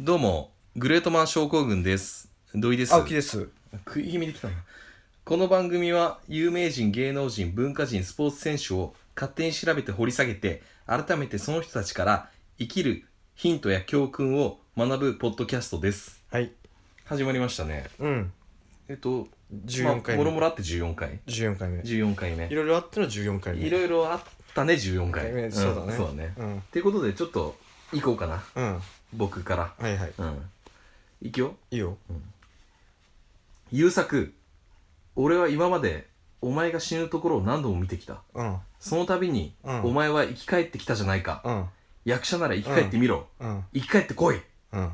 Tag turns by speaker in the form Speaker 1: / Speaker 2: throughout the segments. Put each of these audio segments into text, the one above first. Speaker 1: どうも、グレートマン症候群です。土井です。
Speaker 2: 青木です。
Speaker 1: 食い気味できたな。この番組は、有名人、芸能人、文化人、スポーツ選手を勝手に調べて掘り下げて、改めてその人たちから生きるヒントや教訓を学ぶポッドキャストです。
Speaker 2: はい。
Speaker 1: 始まりましたね。
Speaker 2: うん。
Speaker 1: えっと、
Speaker 2: 14回目
Speaker 1: もろもろあって14回。
Speaker 2: 14回目。い
Speaker 1: 14回目。
Speaker 2: ろいろあったの14回目。
Speaker 1: いろいろあったね、14回。
Speaker 2: ねそうだね
Speaker 1: んそうだね。
Speaker 2: う
Speaker 1: っ
Speaker 2: ん。
Speaker 1: ていうことで、ちょっと、行こうかな。
Speaker 2: うん。は
Speaker 1: 僕から。
Speaker 2: いはい。
Speaker 1: うん。行くよ。
Speaker 2: いいよ。
Speaker 1: 優作俺は今までお前が死ぬところを何度も見てきた
Speaker 2: うん。
Speaker 1: その度に、
Speaker 2: うん
Speaker 1: お前は生き返ってきたじゃないか、
Speaker 2: うん。
Speaker 1: 役者なら生き返ってみろ、
Speaker 2: うん。
Speaker 1: 生き返ってこい
Speaker 2: うん。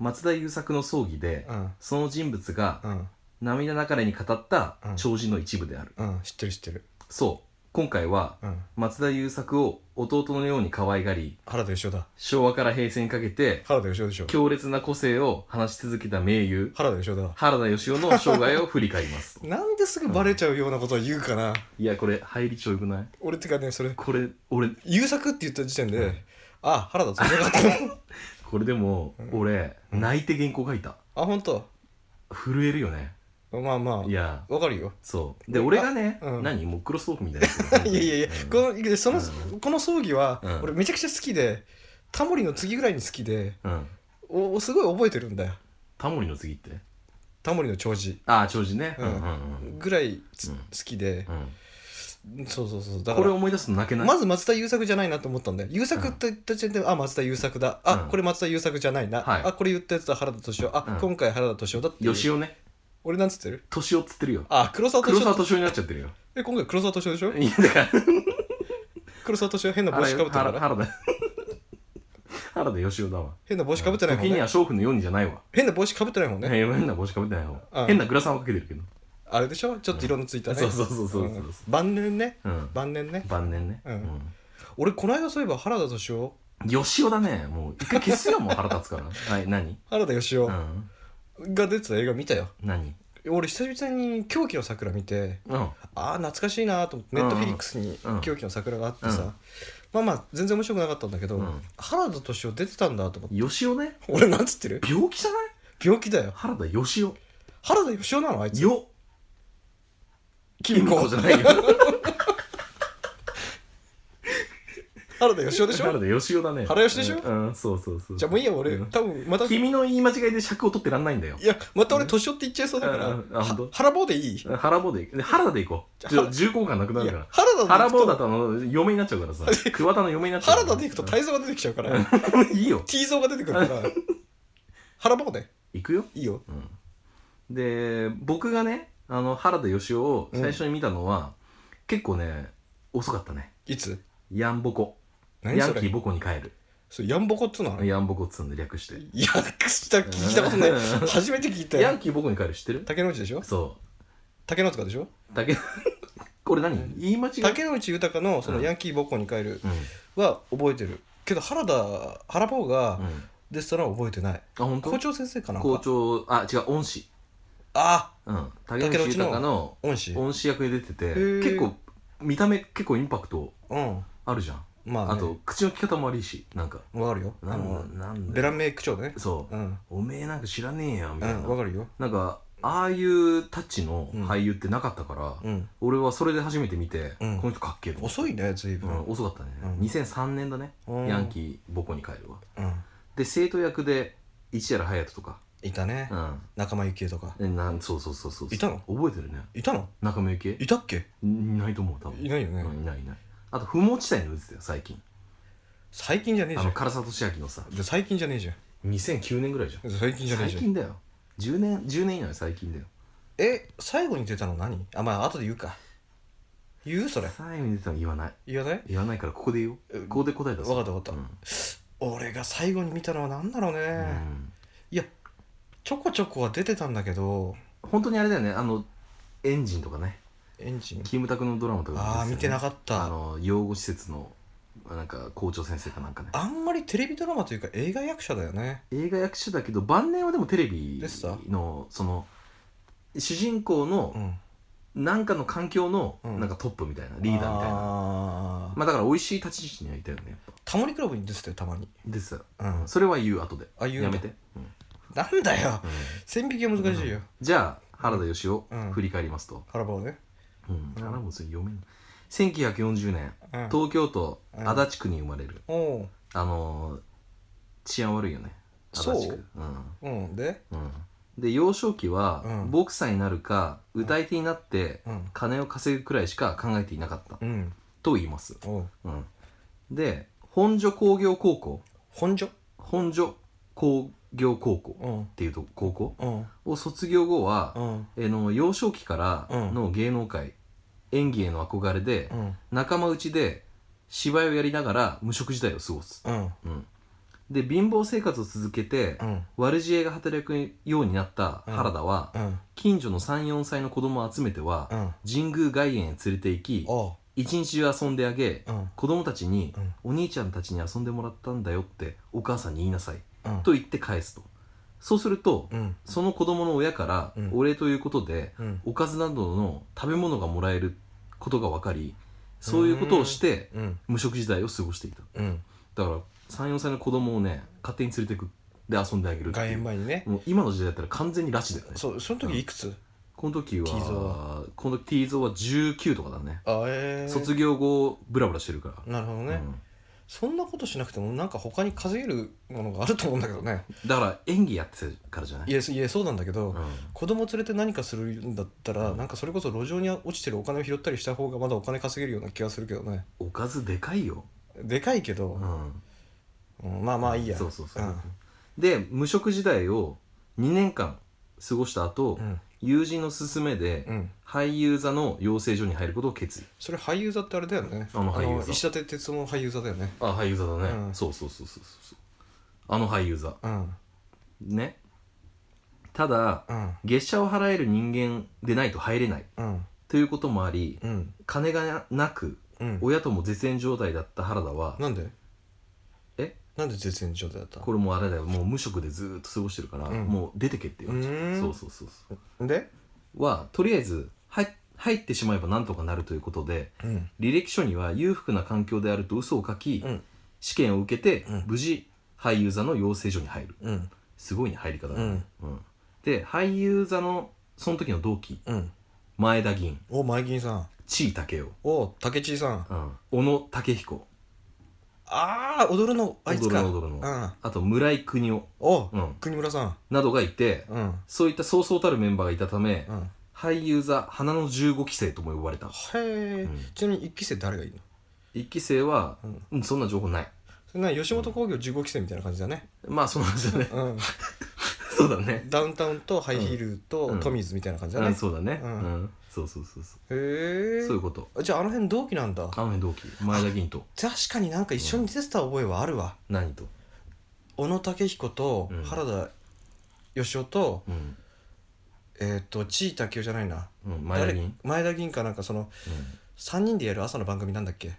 Speaker 1: 松田優作の葬儀で、
Speaker 2: うん。
Speaker 1: その人物が
Speaker 2: うん。
Speaker 1: 涙なかれに語った
Speaker 2: うん
Speaker 1: 弔辞の一部である、
Speaker 2: うん。知ってる知ってる。
Speaker 1: そう今回は
Speaker 2: うん。
Speaker 1: 松田優作を弟のように可愛がり
Speaker 2: 原田芳雄だ。
Speaker 1: 昭和から平成にかけて
Speaker 2: 原田芳雄でしょ。
Speaker 1: 強烈な個性を話し続けた名優
Speaker 2: 原田芳雄だ。
Speaker 1: 原田芳雄の生涯を振り返ります
Speaker 2: なんですぐバレちゃうようなことを言うかな。
Speaker 1: いやこれ入りちょよくない
Speaker 2: 俺ってかね、それ、
Speaker 1: これ俺
Speaker 2: 優作って言った時点で、あ、原田とよかった。
Speaker 1: これでも、俺、泣いて原稿書いた
Speaker 2: あ、ほんと。
Speaker 1: 震えるよね
Speaker 2: まあま
Speaker 1: いや
Speaker 2: あ、わかるよ。
Speaker 1: そうで俺がね、
Speaker 2: うん
Speaker 1: 何もうクロストークみたいなやつ
Speaker 2: いやいやいや、
Speaker 1: うん
Speaker 2: このその、
Speaker 1: う
Speaker 2: この葬儀は、
Speaker 1: うん
Speaker 2: 俺めちゃくちゃ好きで、タモリの次ぐらいに好きで、
Speaker 1: うん
Speaker 2: おおすごい覚えてるんだよ
Speaker 1: タモリの次って
Speaker 2: タモリの弔辞
Speaker 1: ああ長寿ねう
Speaker 2: うんん
Speaker 1: うんうん
Speaker 2: ぐらいつ、
Speaker 1: うん
Speaker 2: 好きで
Speaker 1: う、ん
Speaker 2: そうそうそうだか
Speaker 1: これ
Speaker 2: ら
Speaker 1: 思い出すと泣けない、
Speaker 2: まず松田優作じゃないなと思ったんだよ優作って言った時点で、あ松田優作だあ、
Speaker 1: うん
Speaker 2: これ松田優作じゃないな、
Speaker 1: はい
Speaker 2: あこれ言ったやつは原田敏夫あ、
Speaker 1: うん
Speaker 2: 今回原田敏夫だっていう
Speaker 1: 吉尾ね
Speaker 2: 俺なんつってる
Speaker 1: 敏夫っつってるよ
Speaker 2: あ黒沢
Speaker 1: 黒
Speaker 2: 敏
Speaker 1: 沢
Speaker 2: 夫
Speaker 1: 敏夫になっちゃってるよ
Speaker 2: え今回黒沢敏夫でしょ
Speaker 1: いやだから
Speaker 2: 黒沢敏夫変な帽
Speaker 1: 原
Speaker 2: 子かぶってな
Speaker 1: 原
Speaker 2: い
Speaker 1: 原田 原田芳雄だわ
Speaker 2: 変な帽子かぶってないもん
Speaker 1: 時に
Speaker 2: ね
Speaker 1: は娼婦のようにじゃないわ
Speaker 2: 変な帽子かぶってないもんね
Speaker 1: 変な帽子かぶってない方
Speaker 2: うん
Speaker 1: 変なグラサンはかけてるけど
Speaker 2: あれでしょちょっと色のついたね、
Speaker 1: そうそうそうそうそう
Speaker 2: うん晩年ね、
Speaker 1: うん
Speaker 2: 晩年ね
Speaker 1: 晩年ね
Speaker 2: うん俺この間そういえば原田敏夫
Speaker 1: 吉尾だねもう一回消すよもう腹立つ からはい何
Speaker 2: 原田芳
Speaker 1: う
Speaker 2: 夫
Speaker 1: ん
Speaker 2: が出てた映画見たよ、
Speaker 1: 何
Speaker 2: 俺久々に「狂気の桜」見て
Speaker 1: うん
Speaker 2: ああ懐かしいなと思って
Speaker 1: うんうん
Speaker 2: ネットフィリックスに
Speaker 1: うん
Speaker 2: 「狂気の桜」があってさ、
Speaker 1: うん
Speaker 2: まあまあ全然面白くなかったんだけど、
Speaker 1: うん
Speaker 2: 原田敏夫出てたんだと思って
Speaker 1: 吉尾ね
Speaker 2: 俺なんつってる
Speaker 1: 病気じゃない
Speaker 2: 病気だよ
Speaker 1: 原田吉尾
Speaker 2: 原田芳夫なのあいつ
Speaker 1: よ
Speaker 2: キムコ
Speaker 1: じゃないよ
Speaker 2: 原田芳夫でし
Speaker 1: 原
Speaker 2: ょ
Speaker 1: 田吉尾だね
Speaker 2: 原吉でしょ
Speaker 1: うんうんそうそうそう
Speaker 2: じゃあもういいや俺、
Speaker 1: うん
Speaker 2: 多分またい
Speaker 1: 君の言い間違いで尺を取ってらんないんだよ
Speaker 2: やまた俺敏夫って言っちゃいそうだから、
Speaker 1: うんうんあ本当
Speaker 2: は腹棒でいい、
Speaker 1: 原坊でで原田で行こう
Speaker 2: じゃあ
Speaker 1: じゃあ重厚感なくないるか
Speaker 2: や
Speaker 1: ら
Speaker 2: 原田で
Speaker 1: 原坊
Speaker 2: 行
Speaker 1: だ
Speaker 2: くと
Speaker 1: とあの嫁になっちゃうから さ桑田の嫁になっちゃう
Speaker 2: 原田で行くと泰造が出てきちゃうから
Speaker 1: うん いいよ
Speaker 2: T 像が出てくるから腹棒で
Speaker 1: 行くよ
Speaker 2: いいよ
Speaker 1: うんで僕がねあの原田芳雄を最初に見たのは、結構ね遅かったね
Speaker 2: いつ
Speaker 1: ヤンボコ
Speaker 2: 何
Speaker 1: ヤ
Speaker 2: そ
Speaker 1: ンキー
Speaker 2: れ
Speaker 1: ボコに帰る
Speaker 2: それヤンボコっつうの
Speaker 1: ヤンボコっつうんで略して
Speaker 2: いや、した聞いたことない。
Speaker 1: うん
Speaker 2: 初めて聞いた
Speaker 1: ヤ
Speaker 2: よ
Speaker 1: ン。キーボコに帰る知ってる
Speaker 2: 竹野内でしょ
Speaker 1: そ
Speaker 2: 竹野塚でしょ
Speaker 1: う竹 これ何言い間違い
Speaker 2: 竹野内豊のその
Speaker 1: うん
Speaker 2: ヤンキー母校に帰る
Speaker 1: うん、うん、
Speaker 2: は覚えてる。けど原田、原坊が
Speaker 1: あ
Speaker 2: 出てたのは覚えてない。
Speaker 1: 本当
Speaker 2: 校長先生かな
Speaker 1: 校。長あ違う恩師
Speaker 2: あ、
Speaker 1: うん竹内豊の
Speaker 2: 恩師。うん。
Speaker 1: 恩師役で出てて
Speaker 2: へー
Speaker 1: 結構見た目結構インパクトあるじゃん
Speaker 2: まあ、
Speaker 1: あ、と口の利き方も悪いしなんか
Speaker 2: わかるよ。
Speaker 1: な
Speaker 2: あの、
Speaker 1: んなん
Speaker 2: ベランメイク長ね。
Speaker 1: そう、
Speaker 2: うん。
Speaker 1: おめえなんか知らねえよみ
Speaker 2: う
Speaker 1: たいな、
Speaker 2: ん、わかるよ。
Speaker 1: なんかああいうタッチの俳優ってなかったから、
Speaker 2: うん。
Speaker 1: 俺はそれで初めて見て、
Speaker 2: うん
Speaker 1: この人かっけえと思って
Speaker 2: 遅いね、随
Speaker 1: うん
Speaker 2: 分。
Speaker 1: 遅かったね、
Speaker 2: うん
Speaker 1: 2003年だね、
Speaker 2: うん
Speaker 1: ヤンキー母校に帰るわ
Speaker 2: うん。
Speaker 1: で生徒役で市原隼人とか、
Speaker 2: いたね。仲間由紀恵とか。
Speaker 1: うん、なんそうそうそうそうい
Speaker 2: いたの
Speaker 1: 覚えてるね
Speaker 2: いたの
Speaker 1: 中村由
Speaker 2: いたっけ
Speaker 1: 紀恵いないと思う多分
Speaker 2: いない
Speaker 1: う
Speaker 2: よ
Speaker 1: ん
Speaker 2: ね。
Speaker 1: いないいないあと不毛地帯に映ってたよ最近
Speaker 2: 最近じゃねえ
Speaker 1: あ
Speaker 2: じ
Speaker 1: の
Speaker 2: ゃん。
Speaker 1: 唐沢俊明のさ
Speaker 2: じゃあ最近じゃねえじゃん。
Speaker 1: 2009年ぐらいじゃん
Speaker 2: 最近じゃねえ
Speaker 1: 最
Speaker 2: じゃん。
Speaker 1: 近だよ10年10年以内最近だよ
Speaker 2: え最後に出たの何あまあ後で言うか言うそれ
Speaker 1: 最後に出たの言わない
Speaker 2: 言わない
Speaker 1: 言わないからここで言お
Speaker 2: え
Speaker 1: うここで答え出す
Speaker 2: わかったわかった
Speaker 1: うん
Speaker 2: 俺が最後に見たのは何だろうね、
Speaker 1: うん
Speaker 2: いやちょこちょこは出てたんだけど
Speaker 1: 本当にあれだよねあのエンジンとかね
Speaker 2: エンジン
Speaker 1: キムタクのドラマとか
Speaker 2: ああ見てな
Speaker 1: っ
Speaker 2: かっ
Speaker 1: あ
Speaker 2: たあ
Speaker 1: の養護施設のなんか校長先生かなんかね
Speaker 2: んまりテレビドラマというか映画役者だよね
Speaker 1: 映画役者だけど晩年はでもテレビ
Speaker 2: でした
Speaker 1: のその主人公の
Speaker 2: うん
Speaker 1: なんかの環境の
Speaker 2: うん
Speaker 1: なんかトップみたいな、リーダーみたいな
Speaker 2: な
Speaker 1: まあだから美味しい立ち位置にはいたよねやっぱ
Speaker 2: タモリクラブに出てたよたまに
Speaker 1: ですよ
Speaker 2: うん
Speaker 1: それは言う後で
Speaker 2: あ言う
Speaker 1: や
Speaker 2: んだ
Speaker 1: めて、うん
Speaker 2: なんだよ線引きは難しいよ
Speaker 1: じゃあ原田芳雄、
Speaker 2: うん
Speaker 1: 振り返りますと、
Speaker 2: 腹棒ね
Speaker 1: うん、原田もそれ読めない1940年
Speaker 2: うん
Speaker 1: 東京都
Speaker 2: うん
Speaker 1: 足立区に生まれる、
Speaker 2: おう
Speaker 1: あのー治安悪いよね足
Speaker 2: そう
Speaker 1: 立区うん
Speaker 2: うんで
Speaker 1: うんで幼少期は、
Speaker 2: うん
Speaker 1: ボクサーになるか歌い手になって、
Speaker 2: うん
Speaker 1: 金を稼ぐくらいしか考えていなかった、
Speaker 2: うん
Speaker 1: と言います、
Speaker 2: おう
Speaker 1: うん、で本所工業高校
Speaker 2: 本所
Speaker 1: 本所工業高校っ
Speaker 2: うん
Speaker 1: ていうと高校
Speaker 2: うん
Speaker 1: を卒業後は、
Speaker 2: うん
Speaker 1: えーの幼少期からの芸能界、演技への憧れで、
Speaker 2: うん
Speaker 1: 仲間内で芝居をやりながら無職時代を過ごす、
Speaker 2: うん
Speaker 1: うん、で貧乏生活を続けて、
Speaker 2: うん
Speaker 1: 悪知恵が働くようになった原田は、
Speaker 2: うん
Speaker 1: 近所の34歳の子供を集めては、
Speaker 2: うん
Speaker 1: 神宮外苑へ連れて行き
Speaker 2: おう
Speaker 1: 一日中遊んであげ、
Speaker 2: うん
Speaker 1: 子供たちに、
Speaker 2: う
Speaker 1: お
Speaker 2: ん
Speaker 1: 兄ちゃんたちに遊んでもらったんだよってお母さんに言いなさい、
Speaker 2: うん
Speaker 1: と言って返すとそうすると、
Speaker 2: うん
Speaker 1: その子供の親から
Speaker 2: うん
Speaker 1: お礼ということで、
Speaker 2: うん
Speaker 1: おかずなどの食べ物がもらえることが分かりそういうことをして
Speaker 2: うん
Speaker 1: 無職時代を過ごしていた
Speaker 2: うん
Speaker 1: だから34歳の子供をね勝手に連れてくで遊んであげるって
Speaker 2: 外
Speaker 1: い
Speaker 2: 苑
Speaker 1: う
Speaker 2: 前にね
Speaker 1: もう今の時代だったら完全に拉致だよね
Speaker 2: そうその時いくつ
Speaker 1: この時は
Speaker 2: T ゾー
Speaker 1: この T ゾーは19とかだね
Speaker 2: あええ
Speaker 1: 卒業後ブラブラしてるから
Speaker 2: なるほどねそんなことしなくてもなんか他に稼げるものがあると思うんだけどね
Speaker 1: うんだから演技やってたからじゃない
Speaker 2: いやそいやそうなんだけど、
Speaker 1: うん
Speaker 2: 子供連れて何かするんだったら、なんかそれこそ路上に落ちてるお金を拾ったりした方がまだお金稼げるような気がするけどね
Speaker 1: おかずでかいよ
Speaker 2: でかいけど
Speaker 1: う、ん
Speaker 2: うんまあまあいいや
Speaker 1: そうそうそう、
Speaker 2: ん
Speaker 1: で無職時代を2年間過ごした後、
Speaker 2: うん
Speaker 1: 友人の勧めで、
Speaker 2: うん
Speaker 1: 俳優座の養成所に入ることを決意
Speaker 2: それ俳優座ってあれだよね
Speaker 1: あの俳優座
Speaker 2: 石立哲夫の俳優座だよね
Speaker 1: あ俳優座だね、
Speaker 2: うん
Speaker 1: そうそうそうそうそうあの俳優座
Speaker 2: うん
Speaker 1: ねただ
Speaker 2: うん
Speaker 1: 月謝を払える人間でないと入れない
Speaker 2: うん
Speaker 1: ということもあり
Speaker 2: うん
Speaker 1: 金がなく
Speaker 2: うん
Speaker 1: 親とも絶縁状態だった原田は
Speaker 2: なんで
Speaker 1: え
Speaker 2: なんで絶縁状態だった
Speaker 1: これもうあれだよもう無職でずーっと過ごしてるから、
Speaker 2: うん
Speaker 1: もう出てけって言われちゃ
Speaker 2: うー
Speaker 1: うんそうそうそうそう
Speaker 2: で
Speaker 1: はとりあえず入入ってしまえばなんとかなるということで
Speaker 2: うん
Speaker 1: 履歴書には裕福な環境であると嘘を書き、
Speaker 2: うん
Speaker 1: 試験を受けて、
Speaker 2: うん
Speaker 1: 無事俳優座の養成所に入る
Speaker 2: うん
Speaker 1: すごいね入り方が、
Speaker 2: うん
Speaker 1: うんで俳優座のその時の同期
Speaker 2: うん
Speaker 1: 前田議員
Speaker 2: お前銀さん
Speaker 1: 地井武雄、
Speaker 2: お竹地さん
Speaker 1: うん、小野武彦
Speaker 2: ああ踊るのあいつ
Speaker 1: 踊る
Speaker 2: か
Speaker 1: の踊るの、
Speaker 2: うん
Speaker 1: あと村井邦夫、
Speaker 2: お、
Speaker 1: うん
Speaker 2: 国村さん
Speaker 1: などがいて
Speaker 2: うん
Speaker 1: そういったそうそうたるメンバーがいたため、
Speaker 2: うん
Speaker 1: 俳優座花の15期生とも呼ばれた
Speaker 2: へえ、ちなみに1期生誰がいるの
Speaker 1: 1期生は、うん、そんな情報ない
Speaker 2: それな吉本興業15期生みたいな感じだね、
Speaker 1: まあそんな感じだね
Speaker 2: うん、
Speaker 1: そうだね
Speaker 2: ダウンタウンとハイヒール
Speaker 1: う
Speaker 2: と
Speaker 1: ん
Speaker 2: トミーズみたいな感じだね、
Speaker 1: うん、そうだね、う
Speaker 2: うんん
Speaker 1: そうそうそうそう
Speaker 2: へえ
Speaker 1: そういうこと
Speaker 2: じゃああの辺同期なんだ
Speaker 1: あの辺同期前田議員と
Speaker 2: 確かになんか一緒に出てた覚えはあるわ、
Speaker 1: 何と、
Speaker 2: 小野武彦と
Speaker 1: うん
Speaker 2: 原田芳雄と、
Speaker 1: うん
Speaker 2: えっ、と地井武雄じゃないな
Speaker 1: うん、前田議員、
Speaker 2: 誰前田議員かなんかその
Speaker 1: うん
Speaker 2: 3人でやる朝の番組なんだっけ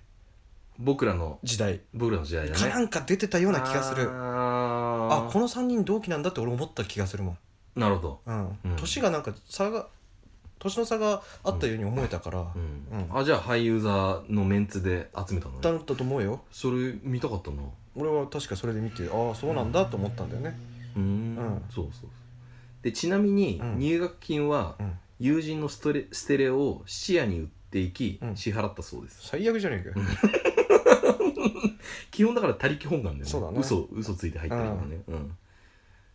Speaker 1: 僕らの
Speaker 2: 時代
Speaker 1: 僕らの時代だね
Speaker 2: かなんか出てたような気がするあ
Speaker 1: あー
Speaker 2: この3人同期なんだって俺思った気がするもん
Speaker 1: なるほど、
Speaker 2: うん
Speaker 1: うん
Speaker 2: 年がなんか差が年の差があったように思えたから、
Speaker 1: うん
Speaker 2: うん
Speaker 1: あじゃあ俳優座のメンツで集めたの
Speaker 2: だ
Speaker 1: ね
Speaker 2: ったと思うよ
Speaker 1: それ見たかったな
Speaker 2: 俺は確かそれで見てああそうなんだと思ったんだよね
Speaker 1: うーん
Speaker 2: うん
Speaker 1: そうそうそうでちなみに
Speaker 2: うん
Speaker 1: 入学金は
Speaker 2: うん
Speaker 1: 友人のストレステレオを質屋に売っていき
Speaker 2: うん
Speaker 1: 支払ったそうです、
Speaker 2: 最悪じゃねえかよ
Speaker 1: 基本だから他力本願だよね
Speaker 2: そうだね
Speaker 1: 嘘嘘ついて入ってるからねうん、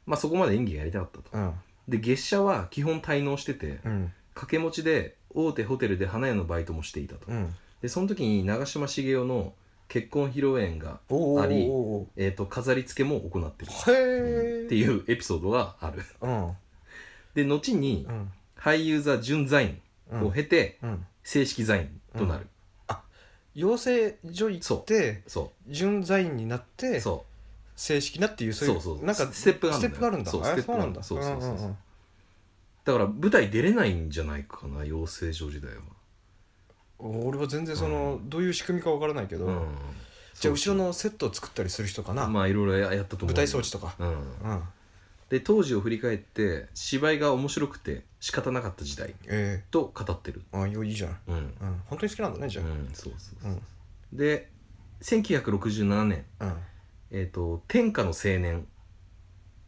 Speaker 1: まあそこまで演技やりたかったと
Speaker 2: うん
Speaker 1: で月謝は基本滞納してて
Speaker 2: うん
Speaker 1: 掛け持ちで大手ホテルで花屋のバイトもしていたと、
Speaker 2: うん
Speaker 1: でその時に長嶋茂雄の結婚披露宴が、
Speaker 2: おお
Speaker 1: あり
Speaker 2: お
Speaker 1: えー、と飾り付けも行ってる
Speaker 2: ーへえ
Speaker 1: っていうエピソードがある
Speaker 2: うん
Speaker 1: で後に
Speaker 2: うん
Speaker 1: 俳優座準座員
Speaker 2: うん
Speaker 1: を経て
Speaker 2: うん
Speaker 1: 正式座員となる、
Speaker 2: 養成所行って
Speaker 1: そ
Speaker 2: 準座員になっ
Speaker 1: う
Speaker 2: て
Speaker 1: そ
Speaker 2: 正式なっていう
Speaker 1: う
Speaker 2: そうい
Speaker 1: そううそう
Speaker 2: なんか
Speaker 1: ステップがあ
Speaker 2: ス
Speaker 1: る
Speaker 2: テ
Speaker 1: んだ
Speaker 2: ップ
Speaker 1: よ
Speaker 2: があるんだ
Speaker 1: そう
Speaker 2: あ
Speaker 1: ステップ
Speaker 2: そ
Speaker 1: があ
Speaker 2: うな
Speaker 1: る
Speaker 2: んだ
Speaker 1: そうそうそうそう
Speaker 2: うんうんうん
Speaker 1: だから舞台出れないんじゃないかな養成所時代は
Speaker 2: 俺は全然その、どういう仕組みかわからないけど、
Speaker 1: うん
Speaker 2: じゃあ後ろ
Speaker 1: の
Speaker 2: のセットを作ったりする人かな、
Speaker 1: まあいろいろやったと思う
Speaker 2: 舞台装置とか、
Speaker 1: うん
Speaker 2: うん、
Speaker 1: で当時を振り返って芝居が面白くて仕方なかった時代
Speaker 2: え
Speaker 1: と語ってる
Speaker 2: えあいいじゃん
Speaker 1: うん、
Speaker 2: うん本当に好きなんだねじ
Speaker 1: う
Speaker 2: ゃあ
Speaker 1: ん、そうそう
Speaker 2: うんうん
Speaker 1: で1967年えっ、と「天下の青年」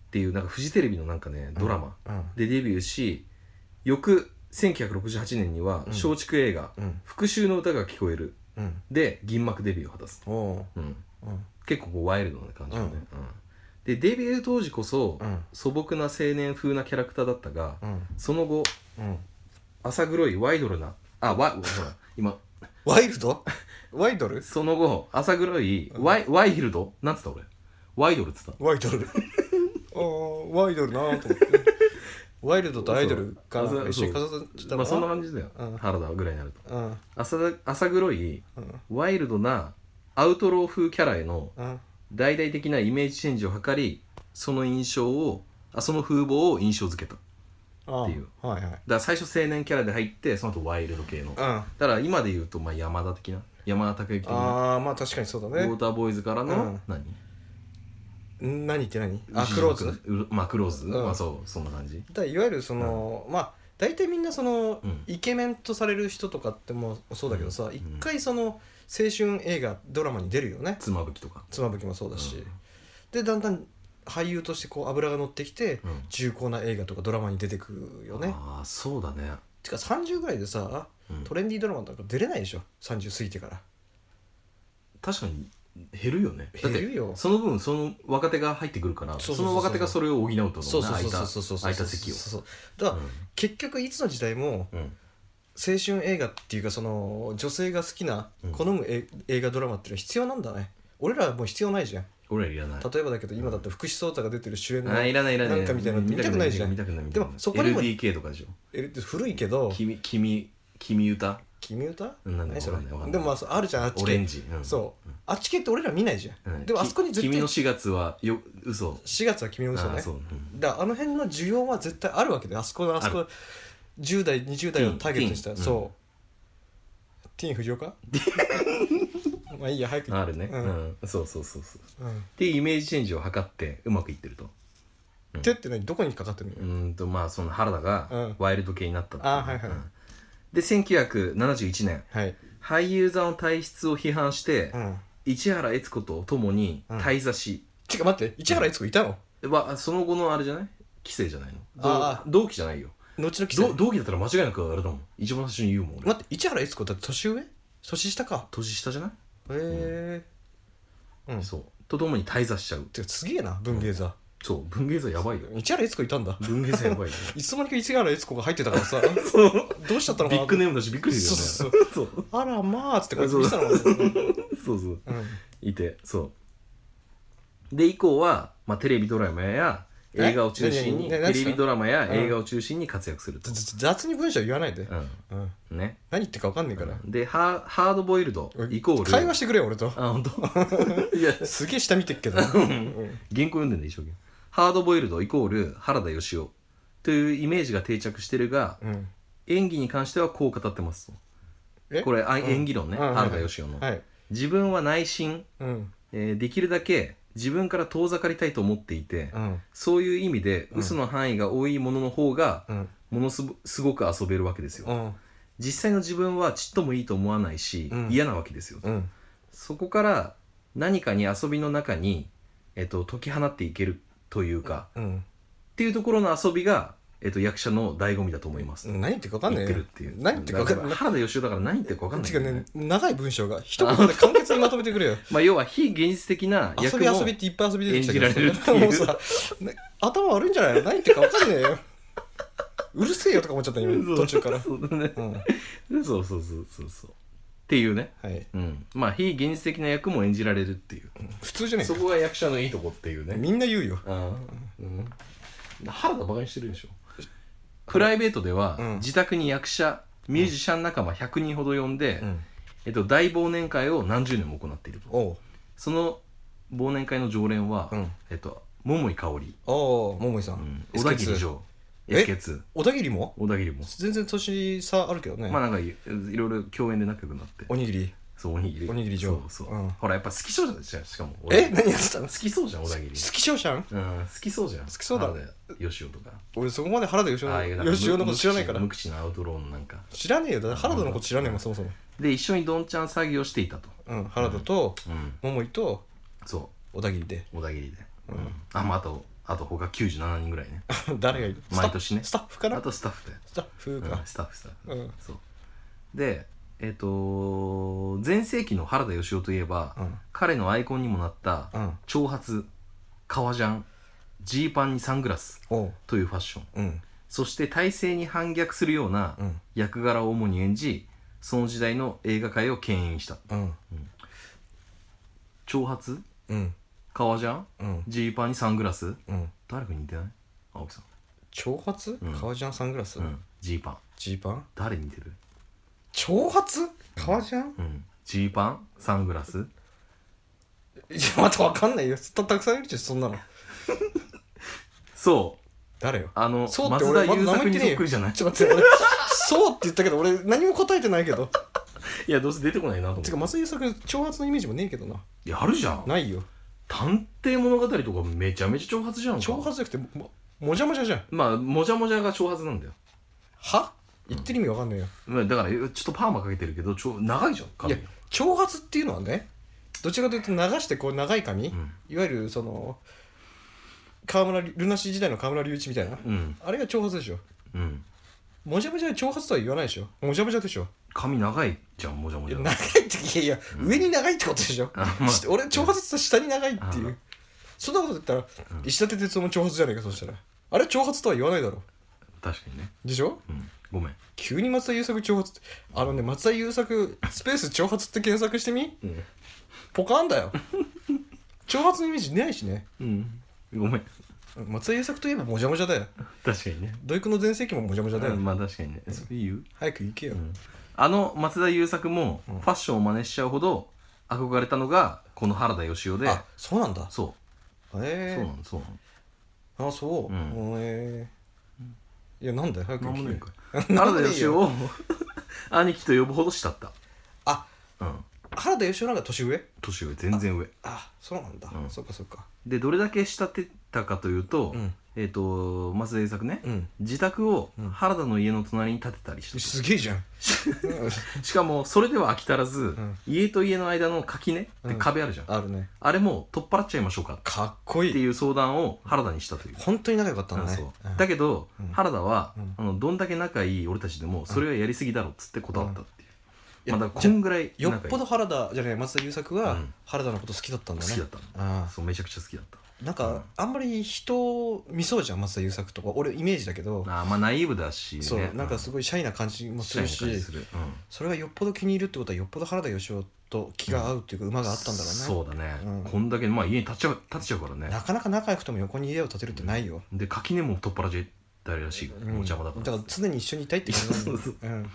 Speaker 1: っていうなんかフジテレビのなんかねドラマ
Speaker 2: うん
Speaker 1: でデビューし翌1968年には
Speaker 2: うん
Speaker 1: 松竹映画
Speaker 2: うん
Speaker 1: 「復讐の歌が聞こえる
Speaker 2: うん」
Speaker 1: で銀幕デビューを果たす、
Speaker 2: おお
Speaker 1: うん、
Speaker 2: ううん
Speaker 1: 結構こうワイルドな感じだね、うんでデビュー当時こそ
Speaker 2: うん
Speaker 1: 素朴な青年風なキャラクターだったが
Speaker 2: うん
Speaker 1: その後
Speaker 2: うん
Speaker 1: 浅黒いワイドルなあワほら今
Speaker 2: ワイルド ワイドル
Speaker 1: その後浅黒いワイワイヒルドなんつった俺ワイドルっつった
Speaker 2: ワイドル あーワイドルなーと思ってワイルドとアイドルか
Speaker 1: そう
Speaker 2: な
Speaker 1: そうん
Speaker 2: か一緒に飾った
Speaker 1: まあそんな
Speaker 2: の
Speaker 1: 感じだよ、
Speaker 2: うん
Speaker 1: 原田ぐらいになると
Speaker 2: うん
Speaker 1: 浅田浅黒い
Speaker 2: うん
Speaker 1: ワイルドなアウトロー風キャラへの
Speaker 2: うん
Speaker 1: 大々的なイメージチェンジを図りその印象をあその風貌を印象付けただか
Speaker 2: あ
Speaker 1: っていう
Speaker 2: あはいはい
Speaker 1: ら最初青年キャラで入ってその後ワイルド系の
Speaker 2: うんあ
Speaker 1: だから今で言うとまあ山田的な山田孝之的な
Speaker 2: あまあ確かにそう
Speaker 1: ウ
Speaker 2: だ
Speaker 1: ォー
Speaker 2: ね
Speaker 1: ターボーイズからの、
Speaker 2: うん
Speaker 1: 何
Speaker 2: ん何って何あクローズ
Speaker 1: うまあクローズ、
Speaker 2: うん
Speaker 1: まあそうそんな感じ
Speaker 2: だいわゆるその、まあ大体みんなその、
Speaker 1: うん
Speaker 2: イケメンとされる人とかってもうそうだけどさ
Speaker 1: ん
Speaker 2: 一、回その青春映画ドラマに出るよね
Speaker 1: 妻夫木とか
Speaker 2: 妻夫木もそうだし、
Speaker 1: うん
Speaker 2: でだんだん俳優としてこう脂が乗ってきて、
Speaker 1: うん
Speaker 2: 重厚な映画とかドラマに出てくよね
Speaker 1: ああそうだね、
Speaker 2: てか30ぐらいでさ
Speaker 1: うん
Speaker 2: トレンディードラマなんか出れないでしょ30過ぎてから
Speaker 1: 確かに減るよねだっ
Speaker 2: 減る
Speaker 1: て
Speaker 2: よ
Speaker 1: その分その若手が入ってくるから
Speaker 2: そう
Speaker 1: そ
Speaker 2: そうそうそう
Speaker 1: の若手がそれを補うと思うね
Speaker 2: そうそう
Speaker 1: 空
Speaker 2: そ
Speaker 1: いうた
Speaker 2: そうそうそう
Speaker 1: 空いた席を
Speaker 2: そうそうだから、結局いつの時代も
Speaker 1: うんうん
Speaker 2: 青春映画っていうかその女性が好きな
Speaker 1: うん
Speaker 2: 好むえ映画ドラマっていうのは必要なんだね俺らはもう必要ないじゃん
Speaker 1: 俺らいらない
Speaker 2: 例えばだけど今だって福士蒼汰が出てる主演の
Speaker 1: あーいらないいらない
Speaker 2: なんかみたいなの見たくないじゃん
Speaker 1: 見たくない見た
Speaker 2: で
Speaker 1: くない
Speaker 2: もそこにも
Speaker 1: LDK とかでしょ
Speaker 2: え古いけど
Speaker 1: 君君君歌
Speaker 2: 君歌
Speaker 1: うんなんだ
Speaker 2: 何それ
Speaker 1: わかんないわかんない
Speaker 2: でもまあそうあるじゃんあっち
Speaker 1: オレン
Speaker 2: 系
Speaker 1: ジ、うん
Speaker 2: そうあっち系って俺ら見ないじゃ
Speaker 1: うんん
Speaker 2: でもあそこに
Speaker 1: き
Speaker 2: 絶
Speaker 1: 君の4
Speaker 2: 対
Speaker 1: 月はよ嘘
Speaker 2: 4月は君の嘘
Speaker 1: あー
Speaker 2: ね
Speaker 1: そううん
Speaker 2: だからあの辺の需要は絶対あるわけであそこのあそこ10代20代をターゲットにしたら
Speaker 1: ティーン
Speaker 2: そうティーン藤 岡まあいいや早く
Speaker 1: あるね、
Speaker 2: う
Speaker 1: うんんそうそうそうそうっ
Speaker 2: うん
Speaker 1: ていうイメージチェンジを図ってうまくいってると
Speaker 2: 手って何どこにかかってるの
Speaker 1: うーんとまあその原田
Speaker 2: うん
Speaker 1: がワイルド系になったっていう
Speaker 2: あはいはい
Speaker 1: うんで1971年
Speaker 2: はい
Speaker 1: 俳優座の体質を批判して、
Speaker 2: うん
Speaker 1: 市原悦子と共に
Speaker 2: うん
Speaker 1: 滞座し、
Speaker 2: てか待って市原悦子いたの
Speaker 1: はその後のあれじゃない棋聖じゃないのどう
Speaker 2: ああ
Speaker 1: 同期じゃないよ
Speaker 2: 後の記
Speaker 1: ど
Speaker 2: 者
Speaker 1: 同期だったら間違いなくあれだもん一番最初に言うもん俺
Speaker 2: 待って市原悦子だって年上年下か
Speaker 1: 年下じゃない、
Speaker 2: へえうん
Speaker 1: そうと共に滞座しちゃう
Speaker 2: てかすげえな文芸座
Speaker 1: そう文芸座やばいよ
Speaker 2: 市原悦子いたんだ
Speaker 1: 文芸座やばい よ
Speaker 2: いつの間にか市原悦子が入ってたからさ
Speaker 1: そう
Speaker 2: どうしちゃったのか
Speaker 1: ビ
Speaker 2: な
Speaker 1: ッグネームだしびっくりするよねそう
Speaker 2: あらまあっつって感じでしたのかな
Speaker 1: そうそう
Speaker 2: うん
Speaker 1: いてそうで以降は、まあ、テレビドラマや
Speaker 2: え
Speaker 1: 映画を中心に
Speaker 2: 何
Speaker 1: テ
Speaker 2: 何何
Speaker 1: レビドラマや
Speaker 2: うん
Speaker 1: 映画を中心に活躍すると
Speaker 2: ざ、ざ雑に文章言わないで
Speaker 1: うん
Speaker 2: うん
Speaker 1: ね
Speaker 2: 何言ってるか分かんねえから
Speaker 1: でハーハードボイルドイコール
Speaker 2: 会話してくれよ俺と
Speaker 1: あ本当 いや
Speaker 2: すげえ下見てっけどうん
Speaker 1: 原稿読んでんだ一生懸命ハードボイルドイコール原田芳雄というイメージが定着してるが
Speaker 2: うん
Speaker 1: 演技に関してはこう語ってます
Speaker 2: え
Speaker 1: これ、あ
Speaker 2: うん
Speaker 1: 演技論ね、
Speaker 2: うん
Speaker 1: 原田芳雄の、
Speaker 2: はい
Speaker 1: 自分は内心、
Speaker 2: うん
Speaker 1: えーできるだけ自分から遠ざかりたいと思っていて、
Speaker 2: うん
Speaker 1: そういう意味で、
Speaker 2: うん
Speaker 1: 嘘の範囲が多いものの方が、
Speaker 2: うん
Speaker 1: ものすごすごく遊べるわけですよ、
Speaker 2: うん
Speaker 1: 実際の自分はちっともいいと思わないし、
Speaker 2: うん
Speaker 1: 嫌なわけですよ、
Speaker 2: うん
Speaker 1: そこから何かに遊びの中に、えっと解き放っていけるというか、
Speaker 2: うん
Speaker 1: っていうところの遊びが、えっと役者の醍醐味だと思います、
Speaker 2: 何言ってるか分かん
Speaker 1: 言っ
Speaker 2: ねえ
Speaker 1: てるっていう
Speaker 2: 何言ってるか分かん
Speaker 1: だ
Speaker 2: ね
Speaker 1: ら原田芳雄だから何言ってるか分か
Speaker 2: え
Speaker 1: んない
Speaker 2: て
Speaker 1: んだよ
Speaker 2: か
Speaker 1: ね
Speaker 2: ね長い文章が一言で簡潔にまとめてくれよ
Speaker 1: まあ、要は非現実的な
Speaker 2: 遊
Speaker 1: 役
Speaker 2: び
Speaker 1: も
Speaker 2: 遊びっていっぱい遊び出てきたけど
Speaker 1: 演じられるっていう
Speaker 2: もうさね頭悪いんじゃないの何言ってるか分かんねえようるせえよとか思っちゃった今途中から
Speaker 1: そうだね
Speaker 2: うんは
Speaker 1: そうそうそうそうそうっていうね
Speaker 2: い
Speaker 1: うん、まあ非現実的な役も演じられるっていう、
Speaker 2: 普通じゃね
Speaker 1: そこが役者のいいとこっていう
Speaker 2: え
Speaker 1: ね
Speaker 2: みんな言うよ
Speaker 1: ああうん原田バカにしてるでしょプライベートでは
Speaker 2: うん
Speaker 1: 自宅に役者、ミュージシャン仲間100人ほど呼んで、
Speaker 2: うん
Speaker 1: えっと、大忘年会を何十年も行っていると
Speaker 2: おう
Speaker 1: その忘年会の常連は、
Speaker 2: うん
Speaker 1: えっと、桃井かおり、
Speaker 2: おう桃井さん
Speaker 1: うん、
Speaker 2: SK2
Speaker 1: 小田切城
Speaker 2: え
Speaker 1: SK2
Speaker 2: 小田切も
Speaker 1: 小田切も、
Speaker 2: 全然年差あるけどね
Speaker 1: まあなんかいいろいろ共演で仲良くなって
Speaker 2: おにぎり
Speaker 1: そうおにぎり
Speaker 2: おにぎり上
Speaker 1: そうそう、
Speaker 2: うん
Speaker 1: ほらやっぱ好きそうじゃんしかも俺
Speaker 2: え何やってたの
Speaker 1: 好きそうじゃん小田切
Speaker 2: 好き勝者ん
Speaker 1: うん好きそうじゃん好
Speaker 2: きそうだ
Speaker 1: よしおとか
Speaker 2: 俺そこまで原田芳雄
Speaker 1: ああいうなんか
Speaker 2: の芳雄のこと知らないから
Speaker 1: 無口なアウトローのなんか
Speaker 2: 知らねえよだって原田のこと知らねえもんそもそも、
Speaker 1: で一緒にどんちゃん騒ぎをしていたと
Speaker 2: うん、原田と
Speaker 1: うん
Speaker 2: 桃井と
Speaker 1: そ
Speaker 2: 小田切で
Speaker 1: う小田切で、うんあまああとあと他97人ぐらいね
Speaker 2: 誰がいるスタッフ
Speaker 1: 毎年ね
Speaker 2: スタッフか
Speaker 1: あ
Speaker 2: な
Speaker 1: とスタッフで
Speaker 2: スタッフ
Speaker 1: う
Speaker 2: か
Speaker 1: ん、スタッフスタッフ、
Speaker 2: うん
Speaker 1: そうでえっ、と全盛期の原田芳雄といえば、
Speaker 2: うん
Speaker 1: 彼のアイコンにもなった
Speaker 2: うん
Speaker 1: 長髪革ジャンジーパンにサングラス
Speaker 2: おう
Speaker 1: というファッション
Speaker 2: うん
Speaker 1: そして体制に反逆するような
Speaker 2: うん
Speaker 1: 役柄を主に演じその時代の映画界を牽引した
Speaker 2: うん
Speaker 1: 長髪
Speaker 2: うん
Speaker 1: 革ジャン
Speaker 2: うん
Speaker 1: ジーパンにサングラス
Speaker 2: うん
Speaker 1: 誰かに似てない青木さん
Speaker 2: 長髪、
Speaker 1: うん
Speaker 2: 革ジャンサングラス
Speaker 1: うんジーパン
Speaker 2: ジー、パン
Speaker 1: 誰に似てる
Speaker 2: 長髪革ジャン
Speaker 1: うんジーパンサングラス
Speaker 2: いやまたわかんないよたたくさんいるじゃんそんなの
Speaker 1: そう
Speaker 2: 誰よ
Speaker 1: あの
Speaker 2: そうっ
Speaker 1: 松
Speaker 2: て
Speaker 1: 田
Speaker 2: 俺まだ
Speaker 1: 優
Speaker 2: 名前
Speaker 1: 作
Speaker 2: 言っ
Speaker 1: に
Speaker 2: て
Speaker 1: そ
Speaker 2: ねえ
Speaker 1: っ
Speaker 2: よ
Speaker 1: くりじゃない
Speaker 2: ちょっと待って俺そうって言ったけど俺何も答えてない けど
Speaker 1: いやどうせ出てこないなと思って
Speaker 2: か
Speaker 1: て
Speaker 2: 松井優作長髪のイメージもねえけどない
Speaker 1: やあるじゃん
Speaker 2: ないよ
Speaker 1: 探偵物語とかめちゃめちゃ長髪じゃんか
Speaker 2: 長髪じゃなくてもももじゃもじゃじゃん
Speaker 1: まあもじゃもじゃが長髪なんだよ
Speaker 2: は言ってる意味わかんないよ、
Speaker 1: まあだからちょっとパーマかけてるけどちょ長いじゃん
Speaker 2: い
Speaker 1: 髪
Speaker 2: や長髪っていうのはねどちらかというと流してこう長い髪、
Speaker 1: ん
Speaker 2: いわゆるその川村ルナシー時代の川村隆一みたいな、
Speaker 1: うん
Speaker 2: あれが長髪でしょ
Speaker 1: うん
Speaker 2: もじゃもじゃで長髪とは言わないでしょもじゃもじゃでしょ
Speaker 1: 髪長いじゃんもじゃも
Speaker 2: い
Speaker 1: じ
Speaker 2: や
Speaker 1: ゃ
Speaker 2: 長いっていやいや、上に長いってことでしょ、
Speaker 1: あまあ
Speaker 2: し俺長髪って言ったら下に長いってい
Speaker 1: あ
Speaker 2: うそんなこと言ったら、石立哲夫も長髪じゃねえかそしたらあれ長髪とは言わないだろ
Speaker 1: 確かにね
Speaker 2: でしょ
Speaker 1: うんごめん
Speaker 2: 急に松田優作長髪ってあのね松田優作スペース長髪って検索してみ
Speaker 1: うん、
Speaker 2: ポカー ンだよ長髪のイメージないしね
Speaker 1: ごめん
Speaker 2: 松田優作といえばもじゃもじゃだよ
Speaker 1: 確かにね
Speaker 2: 土井君の全盛期ももじゃもじゃだよ、
Speaker 1: まあ確かにねそれ言う
Speaker 2: 早く行けよ、
Speaker 1: あの松田優作もファッションを真似しちゃうほど憧れたのがこの原田芳雄で
Speaker 2: あそうなんだ
Speaker 1: そ
Speaker 2: へ
Speaker 1: う
Speaker 2: え
Speaker 1: そうなのそうなの
Speaker 2: あそ
Speaker 1: う
Speaker 2: う、
Speaker 1: ん
Speaker 2: へえいやなんだよ早く
Speaker 1: なんも
Speaker 2: 行
Speaker 1: ね
Speaker 2: け
Speaker 1: えん
Speaker 2: よ
Speaker 1: か い原田芳雄を兄貴と呼ぶほど慕った
Speaker 2: あ
Speaker 1: うん
Speaker 2: 原田芳雄なんか年上
Speaker 1: 年上全然上
Speaker 2: あそうなんだ、
Speaker 1: うん
Speaker 2: そっかそっか
Speaker 1: でどれだけ慕ってたかというと、
Speaker 2: うん
Speaker 1: えっ、と松田優作ね、
Speaker 2: うん
Speaker 1: 自宅を
Speaker 2: うん
Speaker 1: 原田の家の隣に建てたりして、
Speaker 2: すげえじゃんうん
Speaker 1: しかもそれでは飽き足らず、
Speaker 2: ん
Speaker 1: 家と家の間の垣根って
Speaker 2: うん
Speaker 1: 壁あるじゃん、
Speaker 2: あるね
Speaker 1: あれも取っ払っちゃいましょうかっ
Speaker 2: かっこい
Speaker 1: て
Speaker 2: い
Speaker 1: いう相談を原田にしたという
Speaker 2: 本当に仲良かった
Speaker 1: あ
Speaker 2: ん
Speaker 1: の
Speaker 2: だね
Speaker 1: そう
Speaker 2: うん
Speaker 1: だけど、原田は、
Speaker 2: うん
Speaker 1: あのどんだけ仲いい俺たちでもそれはやりすぎだろっつって断ったっていう、
Speaker 2: いや
Speaker 1: まあだからこんぐらい
Speaker 2: よ
Speaker 1: 仲い
Speaker 2: っ
Speaker 1: い
Speaker 2: ぽど原田じゃない松田優作は
Speaker 1: うん
Speaker 2: 原田のこと好きだったん
Speaker 1: 好
Speaker 2: だね、
Speaker 1: きだったの、
Speaker 2: あ
Speaker 1: そうめちゃくちゃ好きだった
Speaker 2: あなんかあんまり人を見そうじゃん松田優作とか俺イメージだけど
Speaker 1: あーまあナイーブだし、ね、
Speaker 2: そうなんかすごいシャイな感じもするし
Speaker 1: 近い感じするうん
Speaker 2: それがよっぽど気に入るってことはよっぽど原田芳雄と気が合うっていうか馬があったんだろうね、
Speaker 1: そうだね、
Speaker 2: うん
Speaker 1: こんだけ、まあ、家に建てちゃう建てちゃうからね
Speaker 2: なかなか仲良くても横に家を建てるってないよ、
Speaker 1: で垣根も取っ払っちゃいたいらしいよ、
Speaker 2: うん
Speaker 1: お邪魔だから
Speaker 2: 常に一緒にいたいって感じなんだ よ
Speaker 1: そうそう
Speaker 2: うん
Speaker 1: うん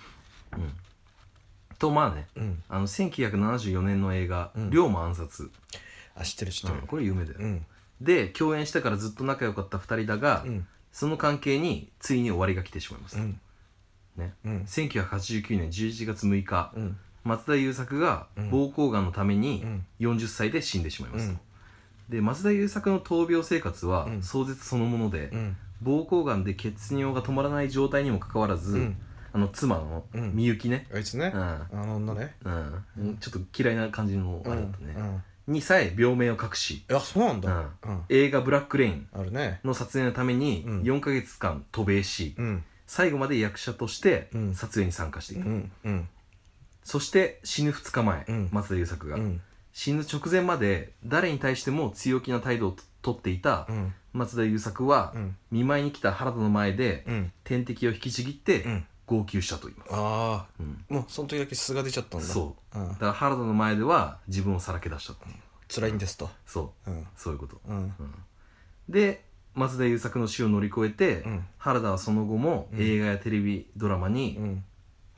Speaker 1: とまあね
Speaker 2: うん
Speaker 1: あの1974年の映画「
Speaker 2: うん
Speaker 1: 龍馬暗殺
Speaker 2: あ知ってる知」ってる
Speaker 1: これ有名だよ、
Speaker 2: うん
Speaker 1: で共演してからずっと仲良かった2人だが、
Speaker 2: うん
Speaker 1: その関係についに終わりが来てしまいます、
Speaker 2: うん
Speaker 1: ね
Speaker 2: うん
Speaker 1: 1989年11月6日、
Speaker 2: うん
Speaker 1: 松田優作が
Speaker 2: うん
Speaker 1: 膀胱がんのために
Speaker 2: うん
Speaker 1: 40歳で死んでしまいますと、
Speaker 2: うん
Speaker 1: で松田優作の闘病生活は
Speaker 2: うん
Speaker 1: 壮絶そのもので、
Speaker 2: うん
Speaker 1: 膀胱がんで血尿が止まらない状態にもかかわらず、
Speaker 2: うん
Speaker 1: あの妻の
Speaker 2: うん
Speaker 1: みゆきね、
Speaker 2: あいつね、
Speaker 1: うん
Speaker 2: あの女ね
Speaker 1: うんちょっと嫌いな感じのあれだったね、
Speaker 2: うんうん
Speaker 1: にさえ病名を隠し、
Speaker 2: いやそうなんだ、
Speaker 1: うん
Speaker 2: うん
Speaker 1: 映画「ブラック・レイン
Speaker 2: あるね」
Speaker 1: の撮影のために
Speaker 2: うん
Speaker 1: 4ヶ月間渡米し、
Speaker 2: うん
Speaker 1: 最後まで役者として
Speaker 2: うん
Speaker 1: 撮影に参加していた、
Speaker 2: うんうん
Speaker 1: そして死ぬ2日前、
Speaker 2: うん
Speaker 1: 松田優作が、
Speaker 2: うん
Speaker 1: 死ぬ直前まで誰に対しても強気な態度をと取っていた
Speaker 2: うん
Speaker 1: 松田優作は、
Speaker 2: うん
Speaker 1: 見舞いに来た原田の前で、
Speaker 2: うん
Speaker 1: 天敵を引きちぎって、
Speaker 2: うん
Speaker 1: 号泣したと言います、
Speaker 2: ああ
Speaker 1: うん
Speaker 2: もうその時だけ素が出ちゃったんだ
Speaker 1: そう
Speaker 2: う、ん
Speaker 1: だから原田の前では自分をさらけ出したと、
Speaker 2: 辛いんですと
Speaker 1: そう
Speaker 2: うん
Speaker 1: そういうこと
Speaker 2: うん
Speaker 1: で松田優作の死を乗り越えて、
Speaker 2: うん
Speaker 1: 原田はその後も
Speaker 2: うん
Speaker 1: 映画やテレビドラマ
Speaker 2: う
Speaker 1: に
Speaker 2: ん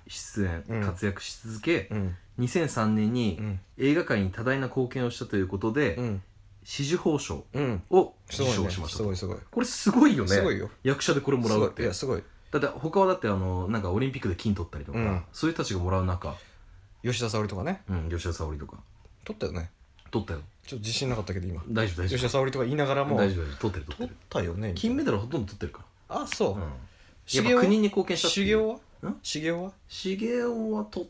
Speaker 1: 出演、
Speaker 2: うん
Speaker 1: 活躍し続け、
Speaker 2: うん
Speaker 1: 2003年に
Speaker 2: うん
Speaker 1: 映画界に多大な貢献をしたということで、
Speaker 2: うん
Speaker 1: 紫綬褒章
Speaker 2: うん
Speaker 1: を
Speaker 2: す
Speaker 1: 受
Speaker 2: ごい
Speaker 1: 賞
Speaker 2: ね
Speaker 1: しました
Speaker 2: す
Speaker 1: と、
Speaker 2: ごいすごい
Speaker 1: これすごいよね
Speaker 2: すごいよ
Speaker 1: 役者でこれもらうっ
Speaker 2: すごいい
Speaker 1: て
Speaker 2: やすごい
Speaker 1: だって他はだってあのなんかオリンピックで金取ったりとか、
Speaker 2: うん
Speaker 1: そういう人たちがもらう中
Speaker 2: 吉田沙保里とかね
Speaker 1: うん、吉田沙保里とか。
Speaker 2: 取ったよね
Speaker 1: 取ったよ。
Speaker 2: ちょっと自信なかったけど今
Speaker 1: 大丈夫、大丈夫。
Speaker 2: 吉田沙保里とか言いながらも
Speaker 1: 大丈夫、大丈夫。取ってる、取
Speaker 2: 取
Speaker 1: っ
Speaker 2: って
Speaker 1: る。
Speaker 2: たよね
Speaker 1: 金メダルほとんど取ってるか
Speaker 2: あそう、
Speaker 1: ら。うん。
Speaker 2: 修
Speaker 1: やっ
Speaker 2: 行
Speaker 1: ぱ国に貢献したって
Speaker 2: 修
Speaker 1: いう。
Speaker 2: 行は
Speaker 1: ん
Speaker 2: 修行は
Speaker 1: 茂雄はと、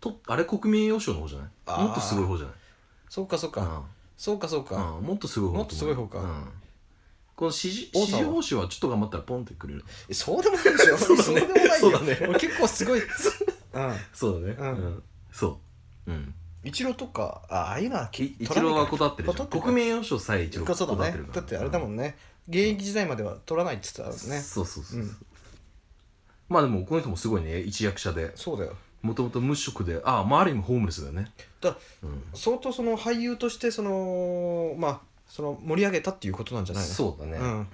Speaker 1: と、あれ国民栄誉賞の方じゃ
Speaker 2: あ
Speaker 1: ない
Speaker 2: ー
Speaker 1: もっとすごい方じゃない
Speaker 2: そうかそうか、そうかそうか、
Speaker 1: うん。うんもっとすごい方だと思う
Speaker 2: もっとすごい方か
Speaker 1: うん。この支持
Speaker 2: 王
Speaker 1: 支
Speaker 2: さんは
Speaker 1: 持報酬はちょっと頑張ったらポンってくれる。
Speaker 2: え そうでもないでしょ
Speaker 1: そうだね
Speaker 2: でもないよ
Speaker 1: そうだね
Speaker 2: 俺結構す ごい、うん、
Speaker 1: そうだね。
Speaker 2: うん
Speaker 1: うん。そう。うん。
Speaker 2: 一郎とかあああいうのはき
Speaker 1: 一郎は断ってるじゃん
Speaker 2: 取らないか
Speaker 1: 国民栄誉賞さえ一郎
Speaker 2: かそう
Speaker 1: 断
Speaker 2: だ
Speaker 1: って
Speaker 2: ね
Speaker 1: るから
Speaker 2: だってあれだもんね、現役時代までは取らないって言ってたからね
Speaker 1: そうそうそうそう、
Speaker 2: うん
Speaker 1: まあでもこの人もすごいね一役者で
Speaker 2: そうだよ
Speaker 1: もともと無職でああまあある意味ホームレスだよね
Speaker 2: だから
Speaker 1: うん
Speaker 2: 相当その俳優としてそのまあその盛り上げたっていうことなんじゃないの
Speaker 1: そうだね
Speaker 2: うん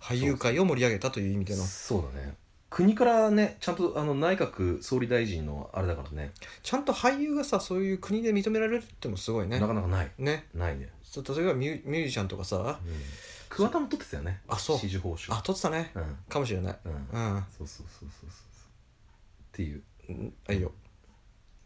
Speaker 2: 俳優界を盛り上げたという意味での
Speaker 1: そうそうだね国からねちゃんとあの内閣総理大臣のあれだからね
Speaker 2: ちゃんと俳優がさそういう国で認められるってもすごいね
Speaker 1: なかなかない
Speaker 2: ね
Speaker 1: ないね、
Speaker 2: そう例えばミュミュージシャンとかさ
Speaker 1: うん、桑田も取ってたよね
Speaker 2: あそう
Speaker 1: 支持報酬
Speaker 2: あ取ってたね
Speaker 1: うん
Speaker 2: かもしれない
Speaker 1: うん
Speaker 2: うん
Speaker 1: そうそうそうそうそうそうっていうん
Speaker 2: あいいよ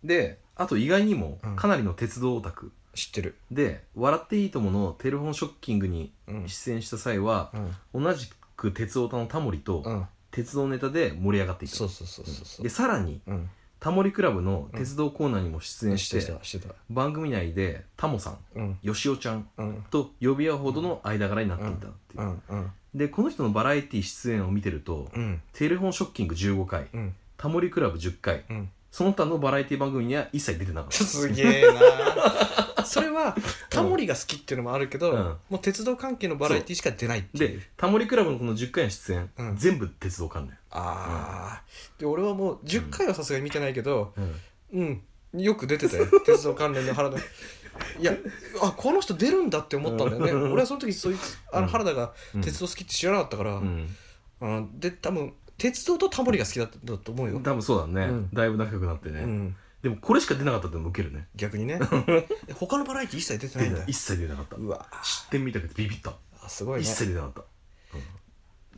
Speaker 1: であと意外にも
Speaker 2: うん
Speaker 1: かなりの鉄道オタク、
Speaker 2: 知ってる
Speaker 1: で「笑っていいとも!」の「テレフォンショッキング」に
Speaker 2: うん
Speaker 1: 出演した際は、
Speaker 2: うん
Speaker 1: 同じく鉄オタのタモリと、
Speaker 2: うん
Speaker 1: 鉄道ネタで盛り上がっていた
Speaker 2: そうそうそうそうそう
Speaker 1: でさらに
Speaker 2: うん
Speaker 1: タモリクラブの鉄道コーナーにも出演し
Speaker 2: して
Speaker 1: て、
Speaker 2: たしてた
Speaker 1: 番組内でタモさん
Speaker 2: うん
Speaker 1: よしおちゃん
Speaker 2: うん
Speaker 1: と呼び合うほどの間柄になっていたっていう、
Speaker 2: うんうん
Speaker 1: でこの人のバラエティ出演を見てると、
Speaker 2: うん
Speaker 1: テレフォンショッキング15回
Speaker 2: うん
Speaker 1: タモリクラブ10回
Speaker 2: うん
Speaker 1: その他のバラエティ番組には一切出てなかった
Speaker 2: すげえなそれはタモリが好きっていうのもあるけど、
Speaker 1: うん
Speaker 2: もう鉄道関係のバラエティしか出ないってい
Speaker 1: で
Speaker 2: う
Speaker 1: タモリクラブのこの10回の出演、
Speaker 2: うん
Speaker 1: 全部鉄道関連
Speaker 2: ああ、で俺はもう10回はさすがに見てないけど
Speaker 1: うん
Speaker 2: うん、よく出て たよ鉄道関連の原田いやあこの人出るんだって思ったんだよね
Speaker 1: うん
Speaker 2: 俺はその時そいつあの
Speaker 1: うん
Speaker 2: 原田が
Speaker 1: うん
Speaker 2: 鉄道好きって知らなかったから、
Speaker 1: うん
Speaker 2: うん、で多分鉄道とタモリが好きだったんだと思うよ、
Speaker 1: 多分そうだね、
Speaker 2: うん
Speaker 1: だいぶ仲良くなってね、
Speaker 2: うん、
Speaker 1: でもこれしか出なかったってのもウケるね
Speaker 2: 逆 にね他のバラエティ一切出てない
Speaker 1: 出
Speaker 2: ん
Speaker 1: な
Speaker 2: だ
Speaker 1: い
Speaker 2: よ
Speaker 1: 一切出なかった
Speaker 2: うわ
Speaker 1: 失点見たけどビビった、
Speaker 2: あすごいね
Speaker 1: 一切出なかった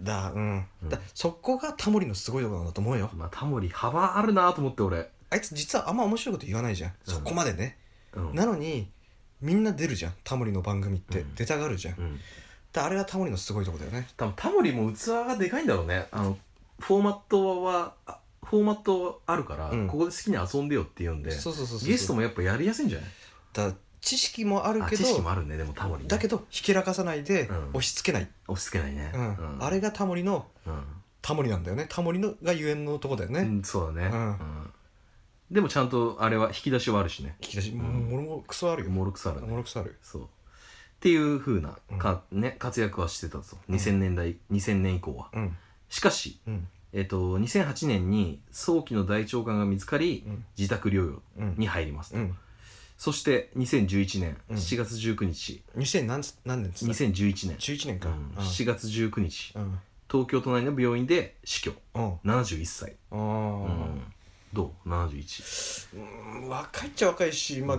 Speaker 2: だうん、
Speaker 1: うん
Speaker 2: だそこがタモリのすごいところなんだと思うよ
Speaker 1: まあタモリ幅あるなと思って俺、
Speaker 2: あいつ実はあんま面白いこと言わないじゃん、
Speaker 1: うん
Speaker 2: そこまでね、
Speaker 1: うん
Speaker 2: なのにみんな出るじゃんタモリの番組って、
Speaker 1: うん
Speaker 2: 出たがるじゃん、
Speaker 1: うん、
Speaker 2: だあれがタモリのすごいとこだよね
Speaker 1: 多分タモリも器がでかいんだろうねあのフォーマットはあフォーマットあるから、
Speaker 2: うん
Speaker 1: ここで好きに遊んでよって言うんで
Speaker 2: そうそうそうそう
Speaker 1: ゲストもやっぱやりやすいんじゃない
Speaker 2: だ知識もある
Speaker 1: あ
Speaker 2: け
Speaker 1: 知
Speaker 2: ど
Speaker 1: 識もあるねでもタモリ、ね、
Speaker 2: だけどひけらかさないで
Speaker 1: うん
Speaker 2: 押し付けない、
Speaker 1: 押し付けないね、
Speaker 2: うんあれがタモリの
Speaker 1: うん
Speaker 2: タモリなんだよねタモリのがゆえんのとこだよね、
Speaker 1: う
Speaker 2: 引
Speaker 1: ん、そうだね、
Speaker 2: うん
Speaker 1: うんでもちゃんとあれは引き出しはあるしね
Speaker 2: き出し、
Speaker 1: ん
Speaker 2: もう俺もクソあるよ
Speaker 1: もろくさあるね
Speaker 2: もろくそある
Speaker 1: そう。っていう風なか、ね、活躍はしてたと。
Speaker 2: ん
Speaker 1: 2000年代、2000年以降は。
Speaker 2: うん
Speaker 1: しかし、
Speaker 2: うん
Speaker 1: えっと、2008年に早期の大腸がんが見つかり、
Speaker 2: うん
Speaker 1: 自宅療養
Speaker 2: うん
Speaker 1: に入りますと、
Speaker 2: うん
Speaker 1: そして、2011年
Speaker 2: うん
Speaker 1: 7月19日、
Speaker 2: 2000何つ何年っつった
Speaker 1: 2011年、
Speaker 2: 11年
Speaker 1: う
Speaker 2: か、うん
Speaker 1: ん、7月19日、
Speaker 2: うん
Speaker 1: 東京都内の病院で死去。
Speaker 2: うん
Speaker 1: 71歳。
Speaker 2: あ
Speaker 1: う
Speaker 2: ー
Speaker 1: ん、どう ?71。
Speaker 2: うん若いっちゃ若いしまあ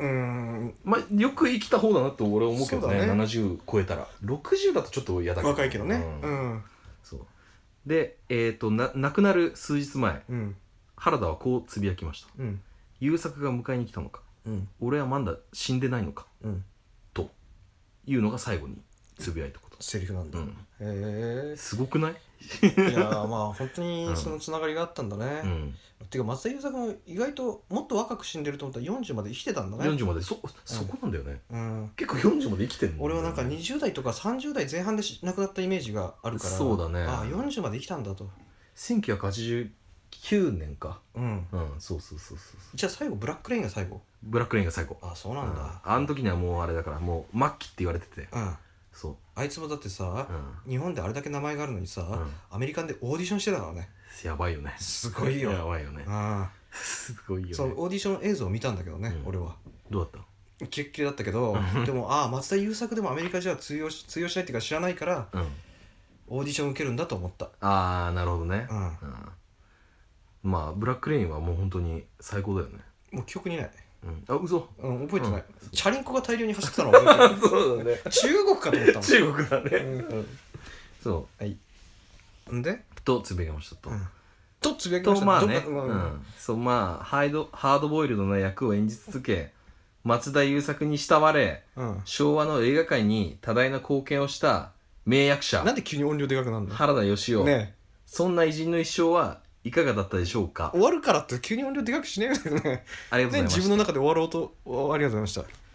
Speaker 2: うん
Speaker 1: まあ、よく生きた方だなと俺は思うけどね、
Speaker 2: そうだね
Speaker 1: 70超えたら。60だとちょっと嫌だ
Speaker 2: 若いけどね
Speaker 1: う
Speaker 2: うんん
Speaker 1: そうで、えー、とな亡くなる数日前
Speaker 2: うん
Speaker 1: 原田はこうつぶやきました
Speaker 2: うん
Speaker 1: 優作が迎えに来たのか
Speaker 2: うん
Speaker 1: 俺はまだ死んでないのか
Speaker 2: うん
Speaker 1: というのが最後につぶやいたこと
Speaker 2: セリフなんだ、
Speaker 1: うん
Speaker 2: へえ
Speaker 1: すごくない、
Speaker 2: いやーまあ本当
Speaker 1: う
Speaker 2: に
Speaker 1: ん
Speaker 2: そのつながりがあったんだね、
Speaker 1: うん、
Speaker 2: てか松田優作も意外ともっと若く死んでると思ったら40まで生きてたんだね、
Speaker 1: 40までそそこなんだよね、
Speaker 2: うん、
Speaker 1: 結構40まで生きてんの、
Speaker 2: 俺はなんか20代とか30代前半でし亡くなったイメージがあるから
Speaker 1: そうだね
Speaker 2: ああ40まで生きたんだと、
Speaker 1: 1989年か
Speaker 2: うん、
Speaker 1: うんそうそうそうそうそう
Speaker 2: じゃあ最後ブラックレインが最後
Speaker 1: ブラックレインが最後
Speaker 2: ああそうなんだ
Speaker 1: うんあの時にはもうあれだからもう末期って言われてて
Speaker 2: うん、
Speaker 1: そ
Speaker 2: あいつもだってさ
Speaker 1: う、う、ん、
Speaker 2: 日本であれだけ名前があるのにさ、
Speaker 1: ん
Speaker 2: アメリカンでオーディションしてたからね
Speaker 1: やばいよね
Speaker 2: すごいよ
Speaker 1: やばいよね
Speaker 2: あ
Speaker 1: すごいよね
Speaker 2: あそのオーディション映像を見たんだけどね、
Speaker 1: うん
Speaker 2: 俺は
Speaker 1: どうだった
Speaker 2: キレッキレだったけどでもああ松田優作でもアメリカじゃ通用し通用しないっていうか知らないから
Speaker 1: うん、
Speaker 2: オーディション受けるんだと思った
Speaker 1: ああなるほどね
Speaker 2: う、ん
Speaker 1: うんまあブラックレインはもう本当に最高だよね、
Speaker 2: もう記憶にない、
Speaker 1: うん、あ嘘
Speaker 2: うん、覚えてない、チャリンコが大量に走ってたのは覚えて
Speaker 1: そうだね
Speaker 2: る中国かと思ったも
Speaker 1: 中国だね
Speaker 2: ん、うん
Speaker 1: そ
Speaker 2: はいんで
Speaker 1: うとつぶやきましたと、
Speaker 2: うんとつぶやきま
Speaker 1: と
Speaker 2: した
Speaker 1: まあね、
Speaker 2: どっか
Speaker 1: う
Speaker 2: うん
Speaker 1: ん、そうまあハイドハードボイルドな役を演じ続け松田優作に慕われ
Speaker 2: うん
Speaker 1: 昭和の映画界に多大な貢献をした名役者
Speaker 2: なんで急に音量でかくなるの
Speaker 1: 原田義雄、
Speaker 2: ねえ
Speaker 1: そんな偉人の一生はいかがだったでしょうか
Speaker 2: 終わるからって急に音量でかくしないよね
Speaker 1: ありがとう
Speaker 2: ね
Speaker 1: ございま
Speaker 2: 自
Speaker 1: し
Speaker 2: 分
Speaker 1: た
Speaker 2: の中で終わろうとおありがとうございました